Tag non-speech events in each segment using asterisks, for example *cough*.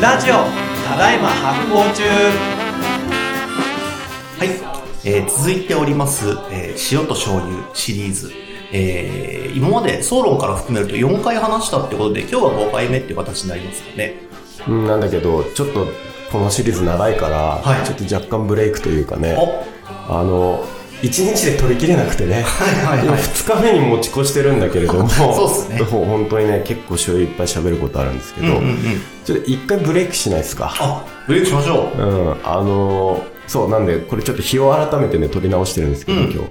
ラジオただいま発行中はい、えー続いております、えー塩と醤油シリーズ。えー今まで総論から含めると4回話したってことで、今日は5回目っていう形になりますかね。うん、なんだけどちょっとこのシリーズ長いから、はいちょっと若干ブレイクというかねおあの1日で取りきれなくてね、はいはい今2日目に持ち越してるんだけれど *laughs* もそうっすねもう本当にね結構醤油いっぱい喋ることあるんですけど、うんうんうんちょっと1回ブレイクしないですかあ、ブレイクしましょう。うんあのそうなんでこれちょっと日を改めてね取り直してるんですけど、うん今日、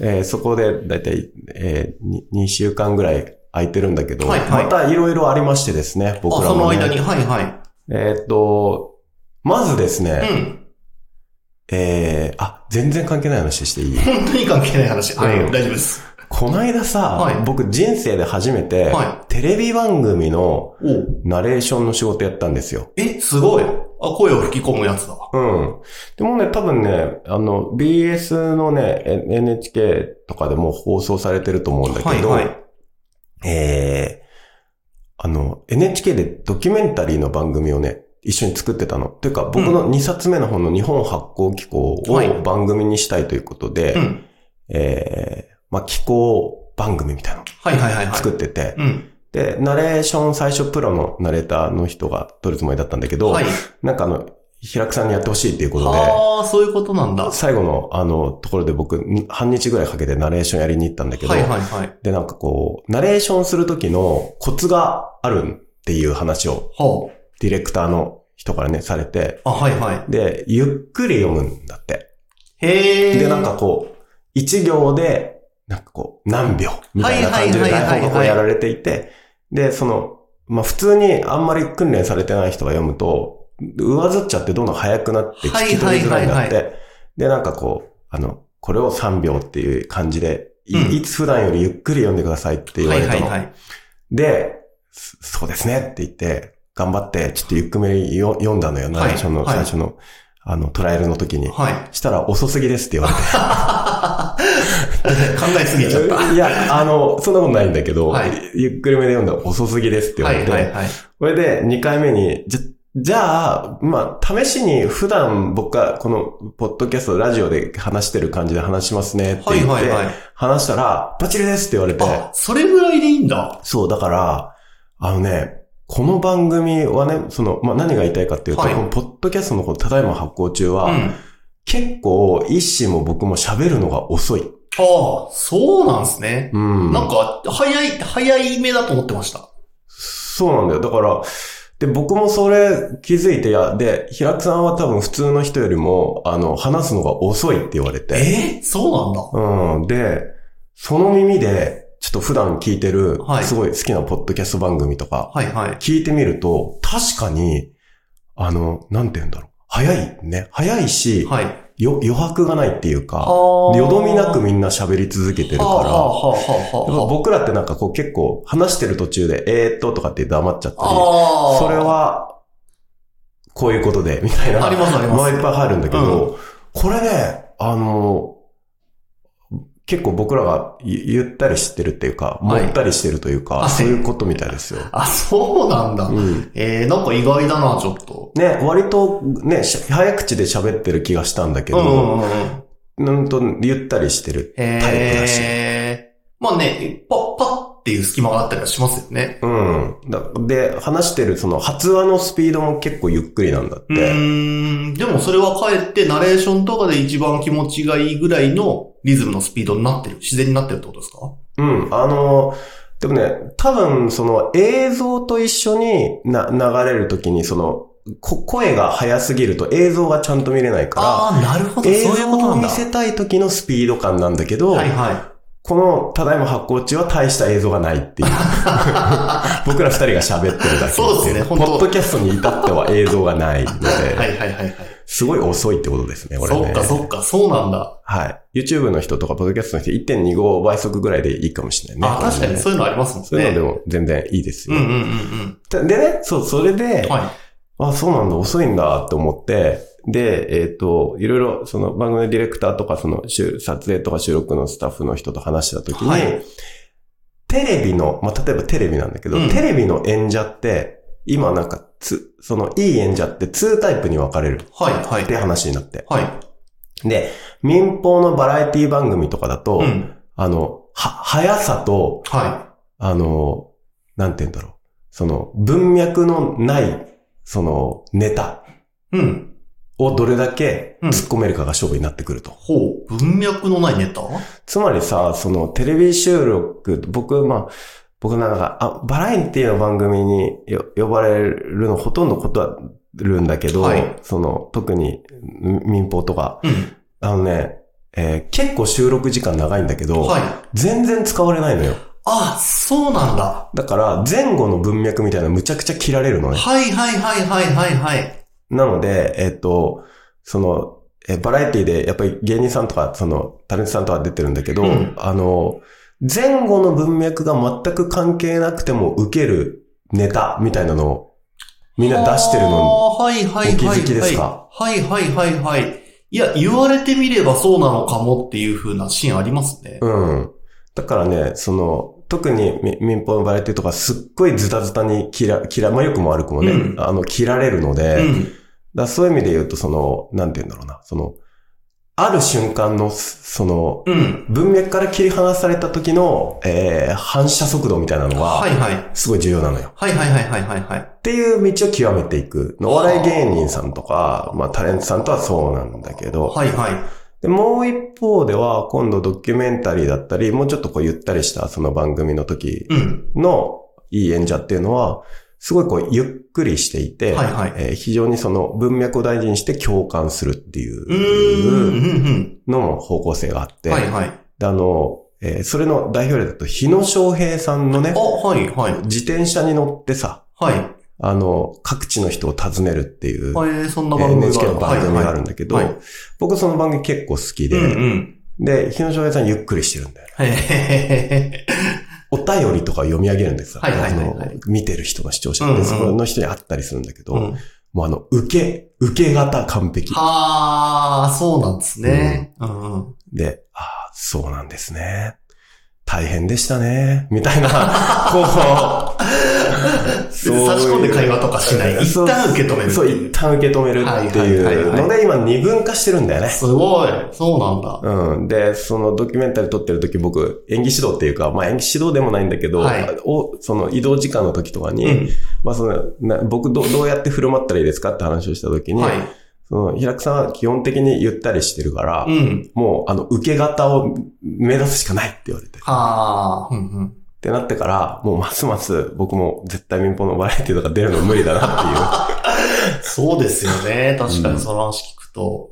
えーそこでだいたい、え2週間ぐらい空いてるんだけど、はいはいまたいろいろありましてですね僕あ、らそも、のね、間に、はいはい。えーっと、まずですうね、ん。えー、あ、全然関係ない話していい本当に関係ない話。はい、うん大丈夫です。こないださ、はい僕人生で初めて、はテレビ番組のおナレーションの仕事やったんですよ。え、すごい。あ、声を吹き込むやつだわ。うん。でもね、多分ね、あの、BS のね、え NHK とかでも放送されてると思うんだけど、はいはいえー、あの、NHK でドキュメンタリーの番組をね、一緒に作ってたの。というか、僕の2冊目の本の日本発行機構はいを番組にしたいということで、うん。えー、まあ、気候番組みたいなのはいはいはいはい。作ってて、うん。で、ナレーション最初プロのナレーターの人が撮るつもりだったんだけど、はい。なんかあの、平久さんにやってほしいっていうことで、ああ、そういうことなんだ。はい最後のあの、ところで僕、ん半日ぐらいかけてナレーションやりに行ったんだけど、はいはい。で、なんかこう、ナレーションする時のコツがあるっていう話を、ほう。ディレクターの人からね、されて、あ、はいはい。で、ゆっくり読むんだって。へえ。で、なんかこう、一行で、なんかこう、何秒みたいな感じではいはいはいはいはい台本がこうやられていて、で、その、まあ普通にあんまり訓練されてない人が読むと、上ずっちゃってどんどん速くなって聞き取りづらいなっはて、で、なんかこう、あの、これを3秒っていう感じで、いうんいつ普段よりゆっくり読んでくださいって言われたの。はいはいはい。で、そそうですねって言って、頑張って、ちょっとゆっくりめよ読んだのよ、ナレーションのはい最はい初の、あの、トライアルの時に。はい。 *laughs* したら遅すぎですって言われて考えすぎちゃった。いや、あの、そんなことないんだけど、はいゆっくりめで読んだら遅すぎですって言わはれいて、はいはい。これで2回目に、じゃ、じゃあ、まあ、試しに普段僕がこの、ポッドキャスト、ラジオで話してる感じで話しますねっては言いって、はいはい。話したら、バチリですって言われてあ、、それぐらいでいいんだ。そう、だから、あのね、この番組はね、その、まあ、何が言いたいかっていうと、はいこのポッドキャストのこのただいま発行中は、うん。あ結構、一心も僕も喋るのが遅い。あ、そうなんすね。うん。なんか、早い、早い目だと思ってました。そうなんだよ。だから、で、僕もそれ気づいて、いや、で、平久さんは多分普通の人よりも、あの、話すのが遅いって言われて。えーそうなんだ。うん。で、その耳で、ちょっと普段聞いてるは、いすごい好きなポッドキャスト番組とか、はいはい。聞いてみると、確かに、あの、なんて言うんだろう。早いね。早いし、はい。よ余白がないっていうあか、よどみなく見みんな喋り続けててるかはあ、はら、あはあはあやっぱは僕らってなんかこう結構話してる途中で、えーっととかって黙っちゃったり、あ。ああ。それ。は、こういうことで、みたいな。ありますありますまあいっぱい入るんだけど、これね、あの、結構僕らがゆゆったり知ってるっていうか、もはいったりしてるというか、はいそういうことみたいですよ。あ、そうなんだ。うん。えー、なんか意外だな、ちょっと。ね、割とね、し早口で喋ってる気がしたんだけうんうんど、うんうん。うんと、ゆったりしてる。タイプだしへえ。まあね、パッパッっていう隙間があったりはしますよね。うん。だで、話してるその発話のスピードも結構ゆっくりなんだっうて。ーん。でもそれはかえってナレーションとかで一番気持ちがいいぐらいのリズムのスピードになってる。自然になってるってことですかうん、あの、でもね、多分その映像と一緒にな流れるときにそのこ声が速すぎると映像がちゃんと見れないかああ、なるほど。そら、う映いう像ことをなん見だ。せたい時のスピード感なんだけど、はいはこのただいま発行中は大した映像がな *laughs* いっていう。僕ら二人が喋ってるだけっていそうですねポ本当ッドキャストに至っては映像がないので、い。はいはいはいはい。すごい遅いってことですね、これそね。っかそっか、そうなんだ。はい。YouTube の人とか、ポッドキャストの人1.25倍速ぐらいでいいかもしれないね。あ確かにそそういうのありますもんね。ういうのでも全然いいですうんよ。うんうんでね、そう、それうでん。、はい。あ、そうなんだ、遅いんだって思って、で、えっ、と、いろいろ、その番組のディレクターとか、その、収撮影とか収録のスタッフの人と話したときに、はいテレビの、まあ、例えばテレビなんだけど、うんテレビの演者って、今なんかつ、その、いい演者って2タイプに分かれるっはい、はい。て話になって。はい。で、民放のバラエティ番組とかだと、うん。あの、は、速さと、はあの、なんて言うんだろう。その、文脈のない、その、ネタい。うん。をどれだけうん突っ込めるかが勝負になってくると。ほう。文脈のないネタつまりさ、その、テレビ収録、僕、まあ、僕なんか、あ、バラエティの番組によ呼ばれるのほとんど断るんだけど、はいその、特にみ民放とか、うん。あのね、えー結構収録時間長いんだけど、はい。全然使われないのよ。あ、そうなんだ。だから、前後の文脈みたいなのむちゃくちゃ切られるのね。はい、はい、はい、はい、はい、はい。なので、えっ、と、その、え、バラエティで、やっぱり芸人さんとか、その、タレントさんとか出てるんだけど、うんあの、前後の文脈が全く関係なくても受けるネタみたいなのを、みんな出してるのあーはい、はい、はい。お気づきですかはい、はい、はい、はい。いや、言われてみればそうなのかもっていう風なシーンありますね。に。うん。だからね、その、特にみ民放のバラエティとかすっごいズタズタに切ら、切ら、まあ、良くも悪くもね、うんあの、切られるので、うだかん。らそういう意味で言うと、その、なんて言うんだろうな、その、ある瞬間の、その、うん。文脈から切り離された時の、えー反射速度みたいなのはが、い、はい。すごい重要なのよ。はい、はい、はい、はい、はい、はい。っていう道を極めていく。お笑い芸人さんとか、まあタレントさんとはそうなんだけど、はい、はい。でもう一方では、今度ドキュメンタリーだったり、もうちょっとこうゆったりしたその番組の時うん。のいい演者っていうのは、すごいこうゆっくりしていて、はい、はい。えー非常にその文脈を大事にして共感するってうー、いうんのも方向性があっうて、ん、うん。はい、はい。であの、えーそれの代表例だと、日野翔平さんのねあ、、はい、はい。自転車に乗ってさ、はい。あの、各地の人を訪ねるっていう、えー、そんなえ番組がーある NHK の番組があるんだけどはいはい、僕その番組結構好きうんうで、ん。で、日野翔平さんゆっくりしてるんだよへね。へへへ。お便りとかを読み上げるんですよ。はいはいはいはいあの見てる人の視聴者うんうで、んそこの人に会ったりするんだけど、 *laughs* うんもうあの、受け、受け型完璧。はあ、そうなんですね。うんうん。で、ああ、そうなんですね。大変でしたね。みたいな、こ差う、し込んで会話とかしないそう一旦受け止めるそう、一旦受け止めるってはいはいいはういので、今二分化してるんだよね。すごい。そうなんだ。うん。で、そのドキュメンタリー撮ってる時僕、演技指導っていうか、まあ演技指導でもないんだけど、はいをその移動時間の時とかに、うんまあその、な僕どうどうやって振る舞ったらいいですかって話をした時に、はい。その平久さんは基本的にゆったりしてるから、うん。もうあの受け型を目指すしかないって言われて。はあ。うんうん。ってなってから、もうますます僕も絶対民放のバラエティとか出るの無理だな *laughs* っていう。そうですよね。確かうんにその話聞くと。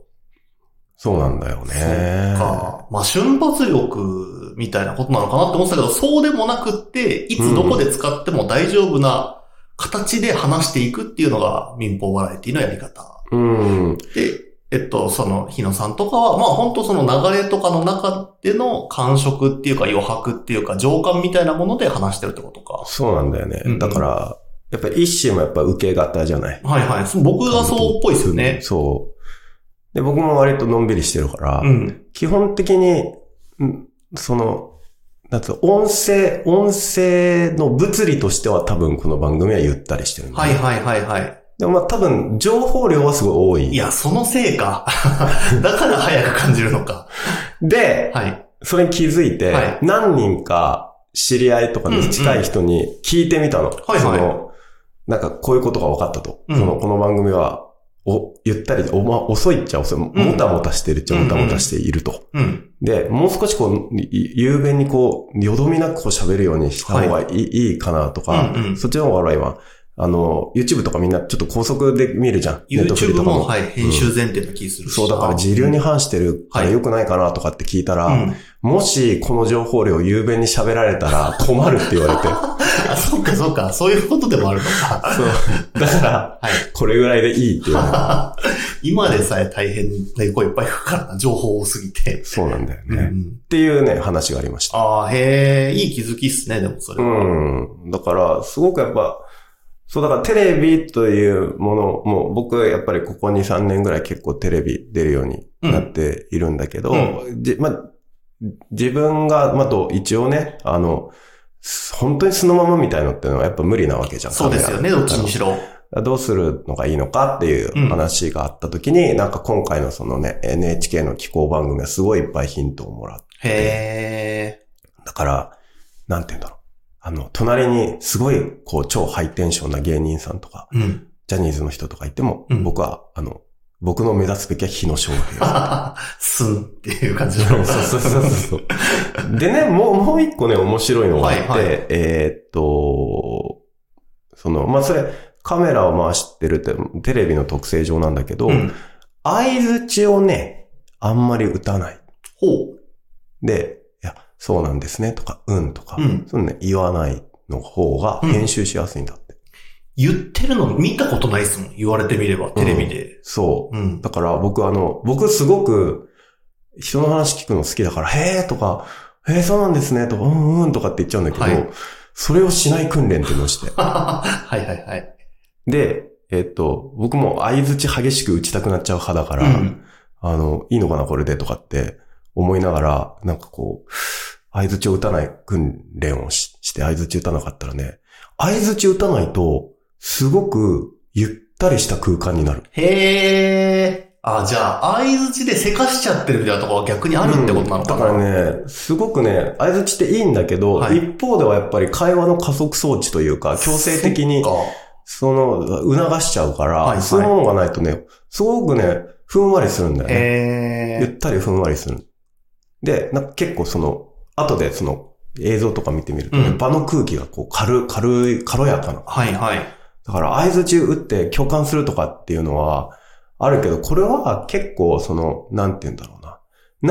そうなんだよね。か。まあ、瞬発力みたいなことなのかなって思ってたけど、そうでもなくって、いつどこで使っても大丈夫な形で話していくっていうのが民放バラエティのやり方。うん。で、えっと、その、日野さんとかは、まあ本当その流れとかの中での感触っていうか余白っていうか情感みたいなもので話してるってことか。そうなんだよね。うんうんだから、やっぱり一種もやっぱ受け型じゃない。はいはい。そ僕がそうっぽいですよね。そう。で、僕も割とのんびりしてるから、うん。基本的に、うんその、なんつうの音声、音声の物理としては多分この番組はゆったりしてるんだよはねいはいはいはい。でもまあ多分情報量はすごい多い。いや、そのせいか。 *laughs* だから早く感じるのか。で、はい。それに気づいて、はい何人か知り合いとかに近い人に聞いてみたの。はいその、なんかこういうことが分かったと。うんその、この番組は、お、ゆったりで、おま、遅いっちゃ遅い。もたもたしてるっちゃもたもたしていると。うん。で、もう少しこう、い雄弁にこう、よどみなくこう喋るようにした方がいい,、い、いかなとか、うんうんそっちの方が笑いは、あの、YouTube とかみんなちょっと高速で見るじゃん。Netflix YouTube とかも、はい、編集前提の気するし。そう、だから自流に反してるからはい良くないかなとかって聞いたら、うん。もしこの情報量を雄弁に喋られたら困るって言われて。あ、 *laughs* そうかそうか。そういうことでもあるのか。そう。だから、はい。これぐらいでいいっていう *laughs* のが。今でさえ大変な声いっぱい書くからな、情報多すぎて。そうなんだようね。っん、ていうね、話がありました。ああ、へえ、いい気づきっすね、でもそれ。うん。だから、すごくやっぱ、そう、だからテレビというものもう僕、やっぱりここ2、3年ぐらい結構テレビ出るようになっているんだけど、うじまあ、自分が、まあ、と、一応ね、あの、す本当にそのままみたいのってのはやっぱ無理なわけじゃん。そうですよね、カメどラっちにしろ。どうするのがいいのかっていう話があった時に、なんか今回のそのね、NHK の気候番組はすごいいっぱいヒントをもらっへえ。だから、なんて言うんだろう。あの、隣にすごい、こう、超ハイテンションな芸人さんとか、うん。 *laughs* ジャニーズの人とかいても、うん僕は、あの、僕の目指すべきは日野翔平。すんっていう感じの。 *laughs* そうそうそうそうそう。 *laughs* でね、もう、もう一個ね、面白いのがあって、はいはえーっと、その、まあ、それ、カメラを回してるって、テレビの特性上なんだけど、うん相づちをね、あんまり打たない。ほで、いや、そうなんですね、とか、うんとか、うんそういうのね、言わないの方がうん編集しやすいんだって。言ってるの見たことないっすもん。言われてみれば、テレビで。そう。うん。だから僕あの、僕すごく、人の話聞くの好きだから、へーとか、へーそうなんですね、とか、うんうんとかって言っちゃうんだけど、はいそれをしない訓練っていうのをして。 *laughs* はいはいはい。で、えっと、僕も相づち激しく打ちたくなっちゃう派だから、うんあの、いいのかな、これでとかって思いながら、なんかこう、相づちを打たない訓練をしして、相づち打たなかったらね、相づち打たないと、すごくゆったりした空間になる。へえ。あ、じゃあ、相づちでせかしちゃってるみたいなとこは逆にあるってことなのかな。うんだからね、すごくね、相づちっていいんだけど、はい一方ではやっぱり会話の加速装置というか、強制的に、そっその、促しちゃうから、はいはいそういうものがないとね、すごくね、ふんわりするんだよか。ね。へゆえ。ったりふんわりする。で、なんか結構その、後でその映像とか見てみるとね、うん場の空気がこう軽い、軽い、軽やかな。はいはい。だから合図中打って共感するとかっていうのはあるけど、これは結構その、なんて言うんだろうな。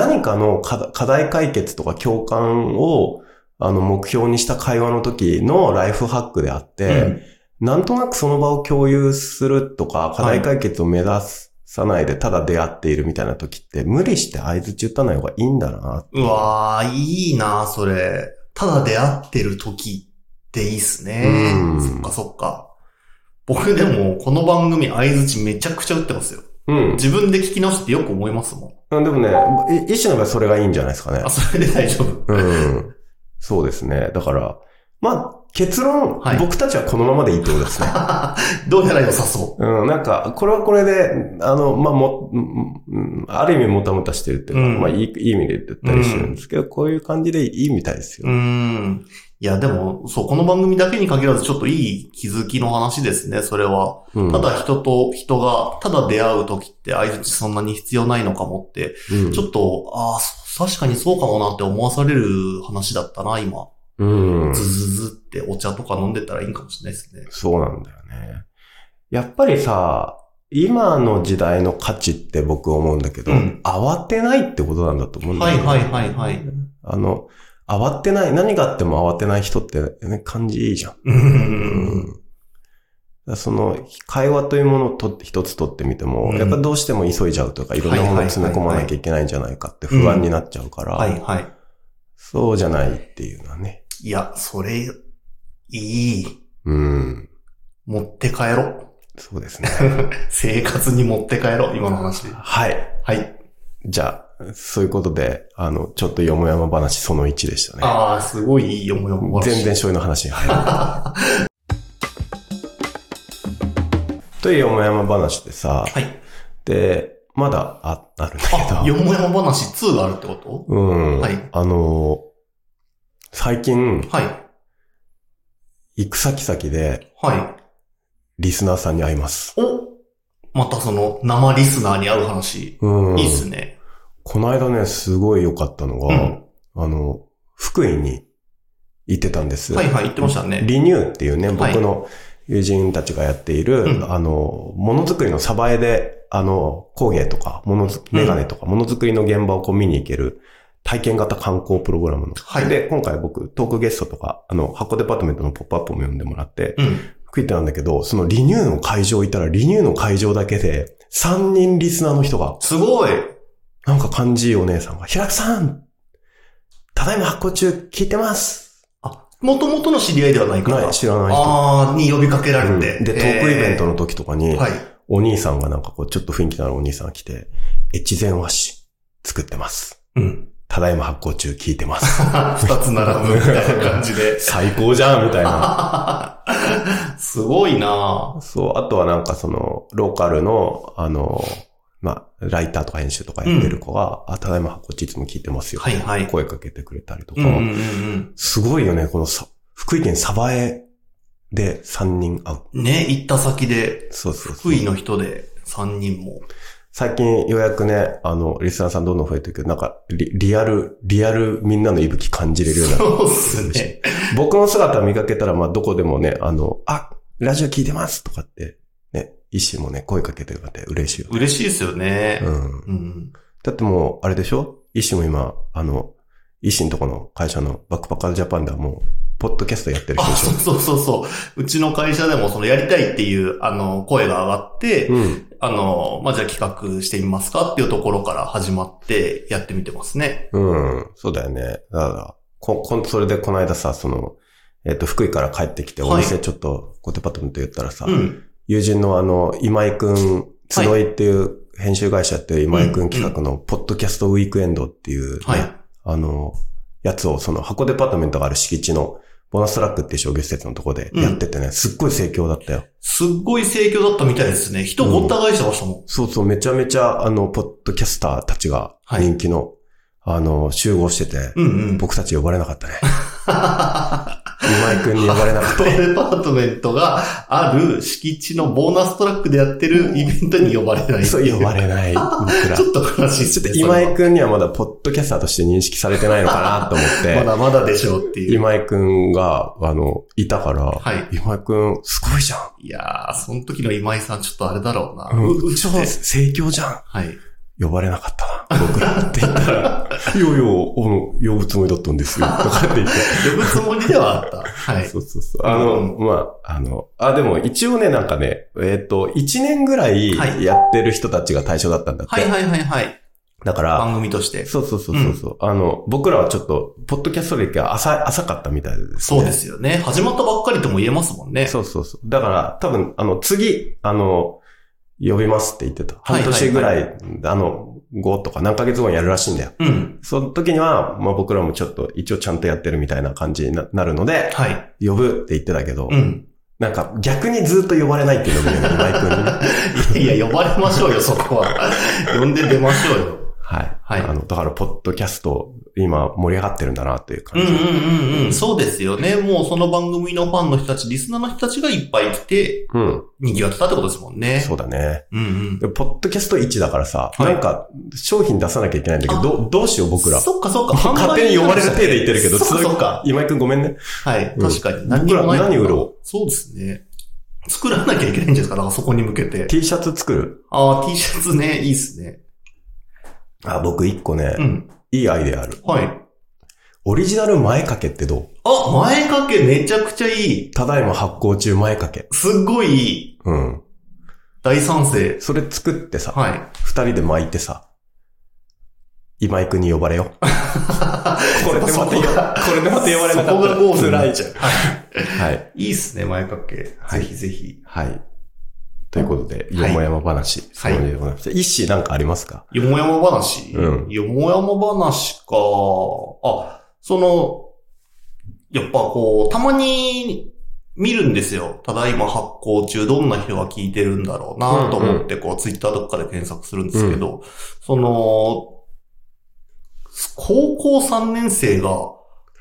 何かの課課題解決とか共感を、あの、目標にした会話の時のライフハックであって、うんなんとなくその場を共有するとか、課題解決を目指さないでただ出会っているみたいな時って、無理して合図打たない方がいいんだな。うわー、いいなそれ。ただ出会ってる時っていいっすねう。んそっかそっか。僕でも、この番組相づちめちゃくちゃ打ってますよ。うん。自分で聞き直してよく思いますもん。でもね、い一種の場合それがいいんじゃないですかねあ、。それで大丈夫。うん。そうですね。だから、まあ、結論、はい僕たちはこのままでいいってこと *laughs* ですね。 *laughs* どうやら良さそうん、なんか、これはこれで、あの、まあ、も、うんうんある意味もたもたしてるっていうか、うんまあいい、いい意味で言ったりしてるんですけど、こういう感じでいいみたいですう。よ。うーん。いや、でも、そう、この番組だけに限らず、ちょっといい気づきの話ですね、それは。うんた、だ人と人が、ただ出会う時って相づちそんなに必要ないのかもって、うんちょっと、ああ、そ確かにそうかもなって思わされる話だったな、今。うん。ズズズってお茶とか飲んでたらいいんかもしれないですね。そうなんだよね。やっぱりさ、今の時代の価値って僕思うんだけど、うん慌てないってことなんだと思うんだはよいね。はいはいはい。あの、慌てない、何があっても慌てない人って、ね、感じいいじゃん。ううんん。だからその、会話というものをと一つ取ってみても、うんやっぱどうしても急いじゃうとか、いろんなものを詰め込まなきゃいけないんじゃないかって不安になっちゃうから、はいはそうじゃないっていうのはね。い。いや、それ、いい。うん。持って帰ろ。そうですね。生活に持って帰ろ、今の話。はい。はい。じゃあ、そういうことで、あの、ちょっとよもやま話その1でしたね。ああ、すごいいいよもよも話。全然醤油の話に入らない。というよもやま話でさ、はい。で、まだああるんだあ、けよど、もやま話2があるってこうん、はいあの、最近と、はい。行く先々で、はリスナーさんに会います。い。おまたその、生リスナーに会う話。うん。いいっすね。この間ね、すごい良かったのが、うんあの、福井に行ってたんです。はいはい、言ってましたね。リニューっていうね、はい僕の友人たちがやっている、うんあの、ものづくりのサバエで、あの、工芸とか、ものづ、メガネとか、ものづくりの現場をこう見に行ける体験型観光プログラムの。はいで、今回僕、トークゲストとか、あの、箱デパートメントのポップアップも読んでもらって、うん。福井ってなんだけど、そのリニューの会場行ったら、リニューの会場だけで、3人リスナーの人が、すごい。なんか感じいいお姉さんが、平くさんただいま発行中、聞いてますあ、元々の知り合いではないから。ない、知らない人。ああ、に呼びかけられて。うんで、トークイベントの時とかえにー、はい。お兄さんがなんかこう、ちょっと雰囲気のあるお兄さんが来て、越前和紙作ってます。 *laughs* うん。ただいま発行中 *laughs* 聞いてます。二つ並ぶみたいな感じで。最高じゃんみたいな。すごいなそう、あとはなんかその、ローカルの、あの、まあ、ライターとか編集とかやってる子が、あ、ただいま、こっちいつも聞いてますよ。はいはい声かけてくれたりとうか、んうんうんすごいよね、このさ、福井県鯖江で3人会う。うん。ね、行った先で、そうそうそ福う井の人で3人も。最近ようやくね、あの、リスナーさんどんどん増えてるけど、なんかリ、リアル、リアルみんなの息吹感じれるようになる。そうっすね。僕の姿見かけたら、まあ、どこでもね、あの、あ、ラジオ聞いてますとかって、ね、医師もね、声かけてくれて嬉しいよ。嬉しいですよね。うん。うん。だってもう、あれでしょ医師も今、あの、医師のとこの会社のバックパッカージャパンではもう、ポッドキャストやってるあ、人でしそうそうそうそう。うちの会社でもそのやりたいっていう、あの、声が上がって、ょうん。あの、まあ、じゃあ企画してみますかっていうところから始まってやってみてますね。うん。そうだよね。だから、こ、こん、それでこの間さ、その、えっ、と、福井から帰ってきて、はいお店ちょっと、こうデパッと見て言ったらさ、うん。友人のあの、今井くん、集いっていう編集会社っていう今井くうんん企画の、ポッドキャストウィークエンドっていう、ねはい。あの、やつを、その、箱デパートメントがある敷地の、ボナストラックっていう商業施設のとこでやっててね、すっごい盛況だったよ。すっごい盛況だったみたいですね。人ごった返してましたもん。そうそう、めちゃめちゃ、あの、ポッドキャスターたちがはい人気の、あの、集合してて、うんうん。僕たち呼ばれな *laughs* かったね。ハ今井くんに呼ばれなかっートデパートメントがある敷地のボーナストラックでやってるイベントに呼ばれ *laughs* ない。た。そう、呼ばれない。僕ら。ちょっと悲しいですちょねっと。今井そくんにはまだポッドキャスターとして認識されてないのかなと思っ *laughs* れはて、まだまだでしょうっていう。今井くんが、あの、いたから、はい。今井くん、すごいじゃん。いやー、その時の今井さんちょっとあれだろうな。うん、う、うち超ょ盛況じゃはい。ん。呼ばれなかったな、僕らって言ったら、 *laughs* いやいや、あの、呼ぶつもりだったんですよ、とかって言って。呼ぶつもりではあった。はい。そうそうそう。あの、まあ、あの、あ、でも一応ね、なんかね、えっ、と、1年ぐらはいいやってる人たちが対象だったんだって。はいはいはいはい。だから、番組として。そうそうそうそうそう、あの、僕らはちょっと、ポッドキャスト歴が浅、浅かったみたいです、ね。そうですよね。始まったばっかりとも言えますもんね。そうそうそう。だから、多分、あの、次、あの、呼びますって言ってた。半年ぐらい、はあの、後とか何ヶ月後にやるらしいんだよ。うん。その時には、まあ僕らもちょっと一応ちゃんとやってるみたいな感じにななるので、はい。呼ぶって言ってたけど、うん。なんか逆にずっと呼ばれないっていうのもね、今井君にね。 *laughs* いやいや、呼ばれましょ *laughs* うよ、そこは。呼んで出ましょうよ。はい。はいあの、だから、ポッドキャスト、今盛り上がってるんだなっていううん感うじ。んうんうん。そうですよね。もうその番組のファンの人たち、リスナーの人たちがいっぱい来て、うん。賑わってたってことですもんね。そうだね。う。んうん。でポッドキャスト1だからさ、はいなんか、商品出さなきゃいけないんだけど、どうどうしよう僕ら。そっかそっ *laughs* か。勝手に呼ばれる手で言ってるけど、そっかそうそっか。今井くんごめんね。はい。うん確かに。何にもない僕ら何売ろそうですね。作らなきゃいけないんじゃないですか。だからそこに向けて。 T シャツ作るああ、T シャツね。いいっすね。あ、僕1個ね、うん。いいアイデアある。はい。オリジナル前掛けってどうあ、前掛けめちゃくちゃいい。ただいま発行中前掛け。すっごいいい。うん。大賛成。それ作ってさ、はい。二人で巻いてさ、今井くんに呼ばれよう。 *laughs* これでそこまた、が *laughs* これでまた呼ばれなかったら。そこがゴール辛いじゃん。はいはい。いいっすね、前掛け。はいぜひぜひ。はい。ということで、はよいもやま話。はいそうでございます。一子なんかありますかよもやま話うんよもやま話か。あ、その、やっぱこう、たまに見るんですよ。ただいま発行中、どんな人が聞いてるんだろうなと思って、こう、ツイッターとかで検索するんですけど、その、高校3年生が、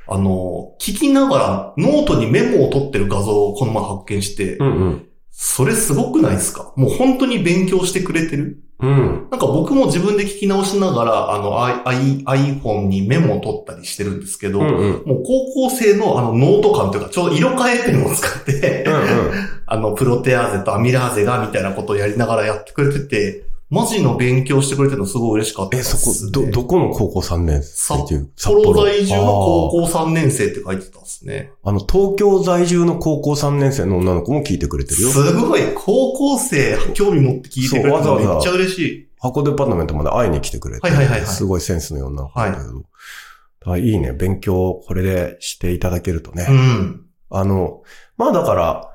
あの、聞きながらノートにメモを取ってる画像をこの前発見して、んうん。それすごくないですかもう本当に勉強してくれてるうん。なんか僕も自分で聞き直しながら、あの、I- I- iPhone にメモを取ったりしてるんですけど、うんうん。もう高校生のあのノート感というか、ちょうど色変えペンを使って、あの、プロテアーゼとアミラーゼがみたいなことをやりながらやってくれてて、マジの勉強してくれてるのすごい嬉しかったえ、です、そこ、ど、どこの高校3年生札っていう札幌在住の高あ校3年生って書いてたんですね。ーあの、東京在住の高校3年生の女の子も聞いてくれてるよ。すごい高校生興味持って聞いてくれてるのめっちゃ嬉しい。箱デパートメントまで会いに来てくれて。はいはいはいはいすごいセンスのいい女の子なんだけど。だからいいね。勉強をこれでしていただけるとね。うん。あの、まあだから、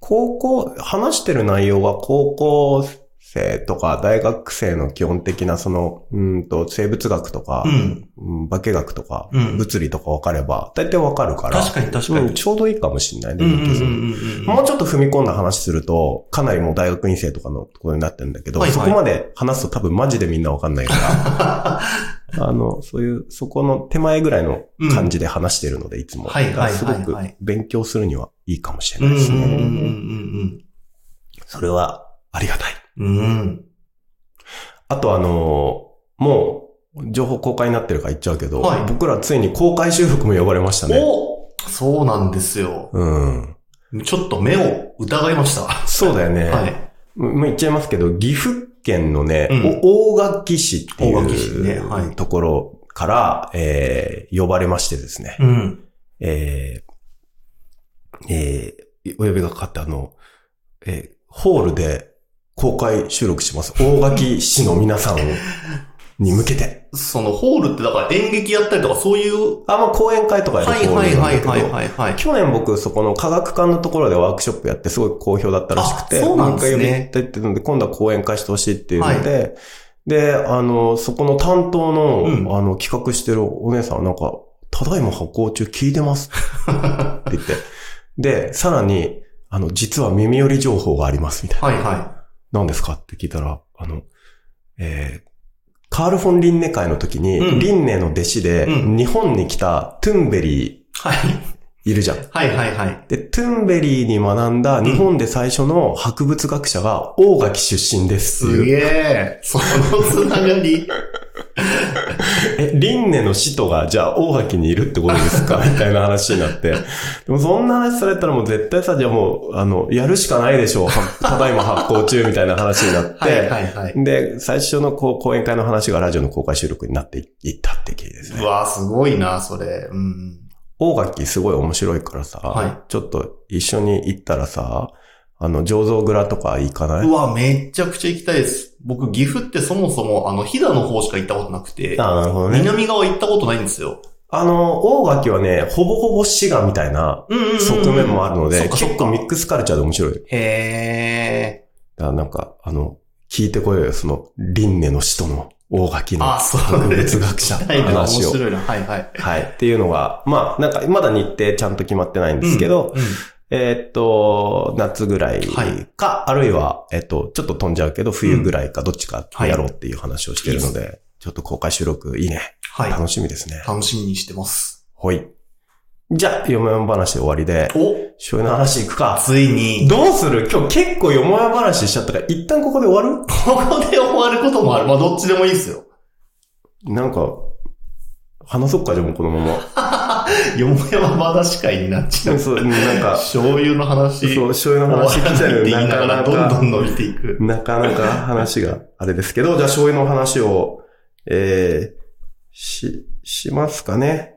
高校、話してる内容が高校生とか大学生の基本的なその、うんと、生物学とかう、ん。うん化学とか、うん物理とか分かれば、大体分かるから、確かに確かにうんちょうどいいかもしれないね、うんうん勉強すうるのんうん。もうちょっと踏み込んだ話すると、かなりもう大学院生とかのところになってるんだけど、はいはいそこまで話すと多分マジでみんなわかんないから、 *laughs* あの、そういう、そこの手前ぐらいの感じで話してるので、いつも。はいはいはいはいだからすごく勉強するにはいいかもしうれんなうんいですね。うんそれはありがたい。うんうん。うん。あとあのーもう、情報公開になってるから言っちゃうけど、はい僕らついに公開修復も呼ばれましたね。おそうなんですよ。うん。ちょっと目を疑いました。そうだよね。はい。もう言っちゃいますけど、岐阜県のね、うんお大垣市ってい大垣市う、ねはいところから、えー呼ばれましてですね、うん。えーえーお呼びがかかって、あの、えーホールで公開収録 *laughs* します。大垣市の皆さんをに向けて。そのホールってだから演劇やったりとかそういう。あ、まあ、講演会とかはやいるホーはルいなはいんだはけいど、はいはい。去年僕、そこの科学館のところでワークショップやって、すごい好評だったらしくて、あそうなんですねもう一回呼びたいって言うので、今度は講演会してほしいっていうので、で、あの、そこの担当の、うんあの、企画してるお姉さんはなんか、ただいま発行中聞いてますって *laughs* 言って、で、さらに、あの、実は耳寄り情報がありますみたいな。はいは何ですかって聞いたら、あの、えー、カール・フォン・リンネ会の時に、うんリンネの弟子で、うん日本に来たトゥンベリい。はい。ーいるじゃん。はいはいはい。で、トゥンベリーに学んだ日本で最初の博物学者が大垣出身ですってすいう。げえ。そのつな *laughs* がり。え、リンネの使徒がじゃあ大垣にいるってことです *laughs* かみたいな話になって。でもそんな話されたらもう絶対さ、じゃあもう、あの、やるしかないでしょう。はただいま発行中みたいな話になって。はいはいはい。で、最初のこう講演会の話がラジオの公開収録になっていったって経緯ですうね。わーすごいな、それ。うん。大垣すごい面白いからさ、はちょっと一緒に行ったらさ、あの、醸造蔵とか行かないうわ、めちゃくちゃ行きたいです。僕、岐阜ってそもそも、あの、飛騨の方しか行ったことなくて、あなるほどね。南側行ったことないんですよ。あの、大垣はね、ほぼほぼ滋賀みたいなうんうんうん側面もあるのそで、っかそっ結構かミ。ックスカルチャーで面白い。だかへえ。らなんか、あの、聞いてこようよ、その、輪廻の使徒の大垣のあ、そう博物学者のはい、面話を。白いな。はいはい。はい。っていうのが、まあ、なんか、まだ日程ちゃんと決まってないんですけど、うん、えーっと、夏ぐらいはいか、あるいは、えっと、ちょっと飛んじゃうけど、冬ぐらいか、どっちかやろうっていう話をしてるので、ちょっと公開収録いいね。は楽しみですねい。。楽しみにしてます。ほい。じゃあ、読む話で終わりで、お醤油の話いくか。ついに、どうする今日結構よもや話しちゃったから、一旦ここで終わここで終わることもある。まあ、どっちでもいいですよ。るなんか、話そうか、じゃあもうこのまま。よもやま話会になっちゃう。 *laughs* そう、な *laughs* んか、そ醤油の話。う、醤油終のわ話ら来ちゃなういって言いななかがら、などんどか、ん伸びていく。なかなか話があれですけど、じゃあ醤油の話を、えー、し、しますかね。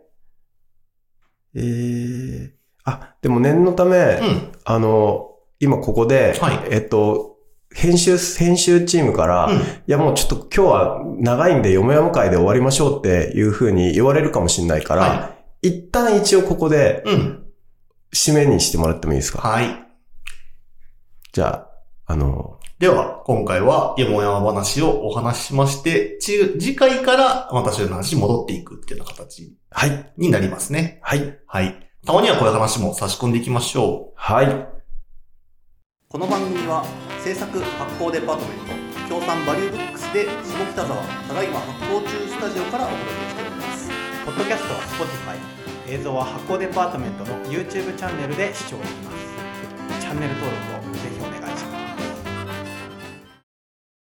えー、あ、でも念のため、うん。あの、今ここで、はいえっと、編集、編集チームから、うんいやもうちょっと今日は長いんで、よもやま会で終わりましょうっていう風に言われるかもしれないから、は一旦一応ここでい。うん。締めにしてもらってもいいですかはい。じゃあ、あの、では、今回は、よもやま話をお話ししまして、ち次回から、私の話に戻っていくっていうような形はい、になりますね。はい、はい。たまにはこういう話も差し込んでいきましょう。はい。この番組は制作発行デパートメント協賛バリューブックスで下北沢ただいま発行中スタジオからお届けしておりますポッドキャストは Spotify 映像は発行デパートメントの YouTube チャンネルで視聴できますチャンネル登録